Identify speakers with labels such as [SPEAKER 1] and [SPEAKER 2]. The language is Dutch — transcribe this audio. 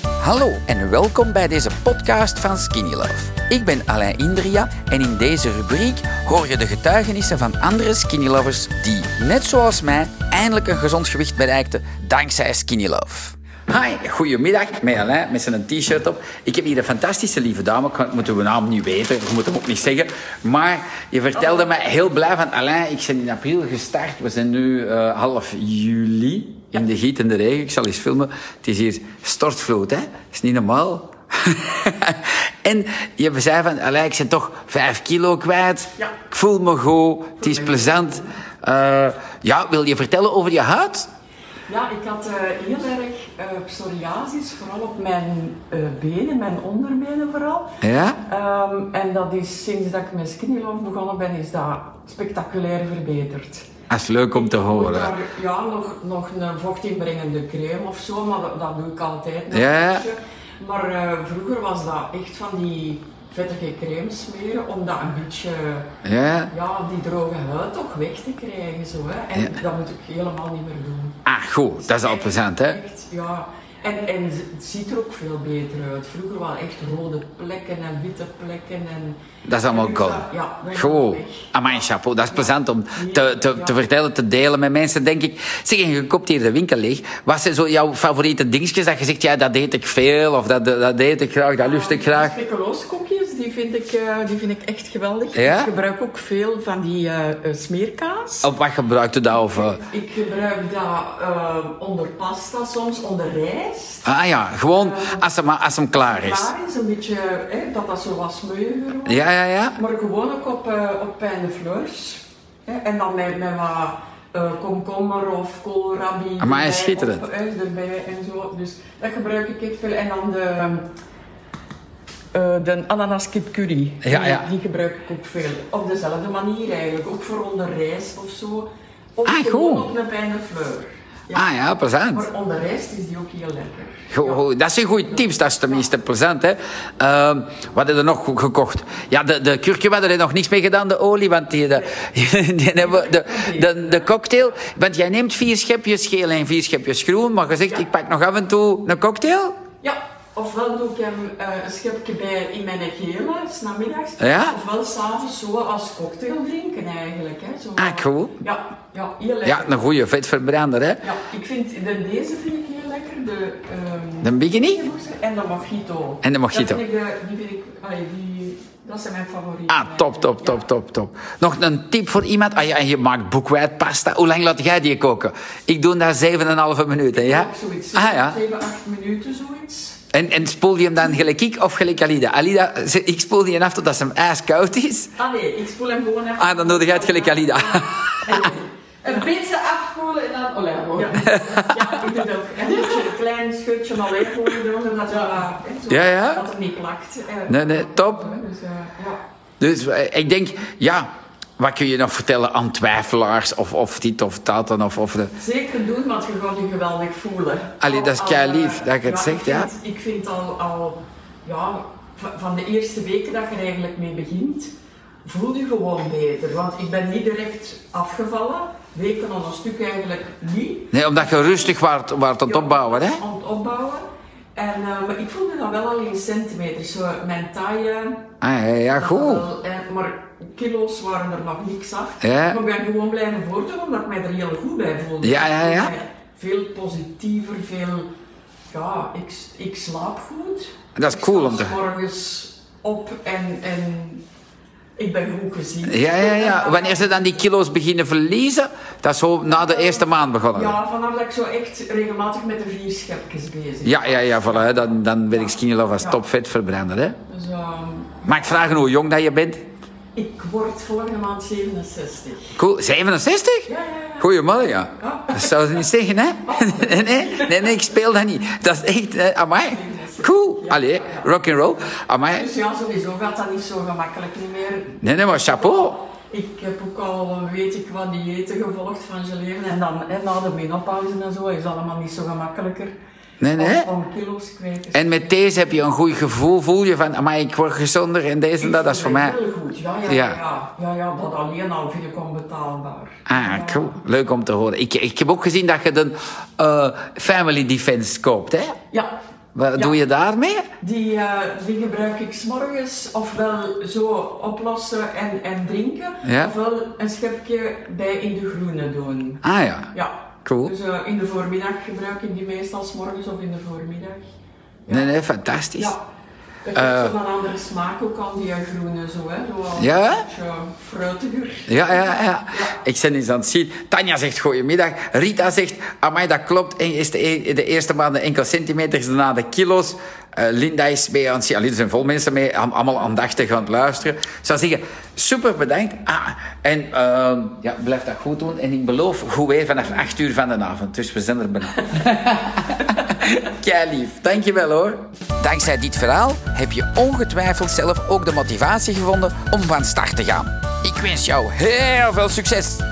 [SPEAKER 1] Hallo en welkom bij deze podcast van Skinny Love. Ik ben Alain Indria en in deze rubriek hoor je de getuigenissen van andere Skinny Lovers die, net zoals mij, eindelijk een gezond gewicht bereikten dankzij Skinny Love. Hi, goedemiddag. Met Alain, met zijn t-shirt op. Ik heb hier een fantastische lieve dame. Ik kan- moet uw naam niet weten, ik moet hem ook niet zeggen. Maar je vertelde mij heel blij van Alain, ik ben in april gestart. We zijn nu eh, half juli in de gietende regen. Ik zal eens filmen. Het is hier stortvloed, hè? is niet normaal. en je zei van, Alain, ik ben toch vijf kilo kwijt.
[SPEAKER 2] Ja.
[SPEAKER 1] Ik voel me goed. Het is plezant. Eh, ja, wil je vertellen over je huid?
[SPEAKER 2] Ja, ik had eh, heel erg eh, psoriasis, vooral op mijn eh, benen, mijn onderbenen vooral.
[SPEAKER 1] Ja?
[SPEAKER 2] Ehm, en dat is sinds dat ik met Skinny Love begonnen ben, is dat spectaculair verbeterd.
[SPEAKER 1] Dat is leuk om te
[SPEAKER 2] Moet
[SPEAKER 1] horen.
[SPEAKER 2] daar, ja, nog, nog een vochtinbrengende crème of zo, maar dat, dat doe ik altijd. nog
[SPEAKER 1] Ja.
[SPEAKER 2] een beetje. Maar eh, vroeger was dat echt van die vettige crème smeren om dat een beetje,
[SPEAKER 1] Ja?
[SPEAKER 2] ja, die droge huid toch weg te krijgen. Zo, hè. En dat moet ik helemaal niet meer doen.
[SPEAKER 1] Ah, goed. Dat is al plezant, hè?
[SPEAKER 2] Echt, ja. En, en het ziet er ook veel beter uit. Vroeger waren echt rode plekken en witte plekken. En,
[SPEAKER 1] Dat is allemaal
[SPEAKER 2] en nu
[SPEAKER 1] cool.
[SPEAKER 2] dat- Ja, dat is
[SPEAKER 1] Goed.
[SPEAKER 2] weg.
[SPEAKER 1] Amai, chapeau. Dat is plezant om te, te, te vertellen, te delen met mensen, denk ik. Zeg, en je koopt hier de winkel leeg. Wat zijn zo jouw favoriete dingetjes dat je zegt, ja, dat deed ik veel, of dat, dat deed ik graag, dat lust ik graag?
[SPEAKER 2] Die koekjes, die vind ik, eh, die vind ik echt geweldig.
[SPEAKER 1] Ja?
[SPEAKER 2] Ik gebruik ook veel van die eh, eh, smeerkaas.
[SPEAKER 1] Op wat gebruikte dat? Of, eh?
[SPEAKER 2] Ik gebruik dat eh, onder pasta soms, onder rijst.
[SPEAKER 1] Ah ja, gewoon als hem, als hem klaar is.
[SPEAKER 2] Daar is een beetje, hè, dat dat zo wat smeuiger wordt.
[SPEAKER 1] Ja, ja, ja.
[SPEAKER 2] Maar gewoon ook op, eh op pijn de fleurs. Hè, En dan met, met wat eh, komkommer of koolrabi.
[SPEAKER 1] Amai,
[SPEAKER 2] erbij,
[SPEAKER 1] schitterend.
[SPEAKER 2] of, eh, erbij en zo. Dus dat gebruik ik echt veel. En dan de, eh, de ananas kip curry.
[SPEAKER 1] Ja,
[SPEAKER 2] Die-
[SPEAKER 1] ja.
[SPEAKER 2] Die gebruik ik ook veel. Op dezelfde manier eigenlijk. Ook voor onder rijst of zo. Of
[SPEAKER 1] Ah,
[SPEAKER 2] gewoon
[SPEAKER 1] goed.
[SPEAKER 2] op een pijn de fleur. Ja.
[SPEAKER 1] Ah ja, plezant.
[SPEAKER 2] Maar onder rijst is die ook heel lekker.
[SPEAKER 1] Go- go- dat zijn goede tips, dat is tenminste plezant. Hè? Ehm, wat hadden we nog go- gekocht? Ja, de, de kurkje we hadden er nog niks mee gedaan, de olie. Want die, de, die hebben we- de, de, de cocktail. Want jij neemt vier schepjes geel en vier schepjes groen. Maar je zegt, ik pak nog af en toe een cocktail.
[SPEAKER 2] Ja, ofwel doe ik hem eh, een schepje bij in mijn gele, s'namiddags.
[SPEAKER 1] Ah, Ja?
[SPEAKER 2] Ofwel s'avonds zo als cocktail drinken eigenlijk. Hè, zo.
[SPEAKER 1] Ah, cool.
[SPEAKER 2] Ja, ja, heel lekker.
[SPEAKER 1] Ja, een goede vetverbrander. Hè?
[SPEAKER 2] Ja, ik vind de, deze vind ik heel lekker. De, ehm
[SPEAKER 1] De bikini.
[SPEAKER 2] en de mojito.
[SPEAKER 1] En de mojito.
[SPEAKER 2] Dat vind ik, de- die vind ik, allee, die, dat zijn mijn favorieten.
[SPEAKER 1] Ah, top, top, top, top, top. Nog een tip voor iemand. Ah ja, en je maakt boekwijdpasta. Hoe lang laat jij die koken? Ik doe dat 7,5 minuten, ja?
[SPEAKER 2] Ook zoiets.
[SPEAKER 1] Ah ja.
[SPEAKER 2] 7, 8 minuten zoiets.
[SPEAKER 1] En, en spoel je hem dan gelijk ik of gelijk Alida? Alida, ze- ik spoel die af totdat ze hem ijskoud is.
[SPEAKER 2] Ah nee, ik spoel hem gewoon even.
[SPEAKER 1] Ah, dan nodig je het gelijk Alida.
[SPEAKER 3] Een beetje afkoelen en dan oh olijfolie.
[SPEAKER 2] Ja, ja, ik doe dat ook. En een beetje een klein schutje olijfolie eronder, dat, ja.
[SPEAKER 1] Ja, ja.
[SPEAKER 2] dat het niet plakt. Eh,
[SPEAKER 1] Nee, nee, top.
[SPEAKER 2] Dus, eh, ja.
[SPEAKER 1] Dus eh, ik denk, ja, wat kun je nog vertellen aan twijfelaars of, of dit of dat dan? Of, of de...
[SPEAKER 2] Zeker doen, want je gaat je geweldig voelen.
[SPEAKER 1] Allee, dat is
[SPEAKER 2] Al- al,
[SPEAKER 1] keilief
[SPEAKER 2] eh,
[SPEAKER 1] dat je het zegt,
[SPEAKER 2] ik
[SPEAKER 1] ja.
[SPEAKER 2] Vind, ik vind al, al ja, v- van de eerste weken dat je er eigenlijk mee begint, voel je gewoon beter. Want ik ben niet direct afgevallen, weken aan een stuk eigenlijk niet.
[SPEAKER 1] Nee, omdat je rustig waart, waart aan het
[SPEAKER 2] Ja,
[SPEAKER 1] opbouwen, hè?
[SPEAKER 2] Aan het opbouwen. En, eh, maar ik voelde dat wel al in centimeters, zo mijn taille.
[SPEAKER 1] Ah, ja, ja, goed.
[SPEAKER 2] Wel, eh, maar kilo's waren er nog niks af.
[SPEAKER 1] Ja.
[SPEAKER 2] Maar ik ben gewoon blijven voortdoen omdat ik mij er heel goed bij voelde.
[SPEAKER 1] Ja, ja, ja.
[SPEAKER 2] Ik voelde mij Veel positiever, veel... Ja, ik, ik slaap goed.
[SPEAKER 1] Dat is cool om
[SPEAKER 2] Ik
[SPEAKER 1] te...
[SPEAKER 2] sta 's morgens op en, en ik ben goed gezien.
[SPEAKER 1] Ja, ja, ja. Wanneer ze dan die kilo's beginnen verliezen, dat is zo na de eerste maand begonnen.
[SPEAKER 2] Ja, vanaf dat ik zo echt regelmatig met de vier schepjes bezig ben.
[SPEAKER 1] Ja, ja, ja, voilà. hè. Dan, dan ben ik skinny love als
[SPEAKER 2] Ja.
[SPEAKER 1] topvetverbrander, hè?
[SPEAKER 2] Dus, ehm,
[SPEAKER 1] Mag ik vragen hoe jong dat je bent?
[SPEAKER 2] ik word volgende maand 67.
[SPEAKER 1] Cool, 67?
[SPEAKER 2] Ja, ja, ja.
[SPEAKER 1] Goeiemorgen. ja.
[SPEAKER 2] Ja.
[SPEAKER 1] Dat zou ze niet zeggen, hè? Nee, nee, nee, nee, ik speel dat niet. Dat is echt, eh, amai. Cool. Allee, rock and roll. Amai.
[SPEAKER 2] Dus ja, sowieso gaat dat niet zo gemakkelijk niet meer.
[SPEAKER 1] Nee, nee, maar chapeau.
[SPEAKER 2] Ik heb ook al eh, weet ik wat diëten gevolgd van Geleven en dan hè, na de menopauze en zo is dat allemaal niet zo gemakkelijker.
[SPEAKER 1] Nee, nee.
[SPEAKER 2] Om, om kilo's kwijt te
[SPEAKER 1] En met deze heb je een goed gevoel. Voel je van, amai, ik word gezonder en deze en dat. Dat is voor mij...
[SPEAKER 2] Heel goed, ja
[SPEAKER 1] Ja.
[SPEAKER 2] ja, ja. ja, ja, dat alleen al vind ik onbetaalbaar.
[SPEAKER 1] Ah, cool. Leuk om te horen. Ik, ik heb ook gezien dat je de eh, Family Defense koopt, hè?
[SPEAKER 2] Ja,
[SPEAKER 1] Wat doe je daarmee?
[SPEAKER 2] Die, eh, die gebruik ik s'morgens ofwel zo oplossen en, en drinken,
[SPEAKER 1] Ja.
[SPEAKER 2] ofwel een schepje bij in de groene doen.
[SPEAKER 1] Ah ja,
[SPEAKER 2] Ja.
[SPEAKER 1] cool.
[SPEAKER 2] Dus eh, in de voormiddag gebruik ik die meestal s'morgens of in de voormiddag. Ja.
[SPEAKER 1] Nee, nee, fantastisch.
[SPEAKER 2] Ja. Dat
[SPEAKER 1] Eh.
[SPEAKER 2] geeft zo'n andere smaak ook aan die groene zo, hè. Zo wat-
[SPEAKER 1] Ja?
[SPEAKER 2] Een beetje fruitiger.
[SPEAKER 1] Ja, ja, ja. Ik ben eens aan het zien. Tanja zegt goedemiddag. Rita zegt, amai, dat klopt. En is de, e- de eerste maanden enkele centimeters, daarna de kilo's. Eh, Linda is mee aan het zien. Allee, er zijn vol mensen mee, am- allemaal aandachtig aan het luisteren. Ik zou zeggen, super bedankt. Ah, en ehm, ja, blijf dat goed doen. En ik beloof, goed weer vanaf 8 uur van de avond. Dus we zijn er bijna. Kei lief, dankjewel hoor. Dankzij dit verhaal heb je ongetwijfeld zelf ook de motivatie gevonden om van start te gaan. Ik wens jou heel veel succes!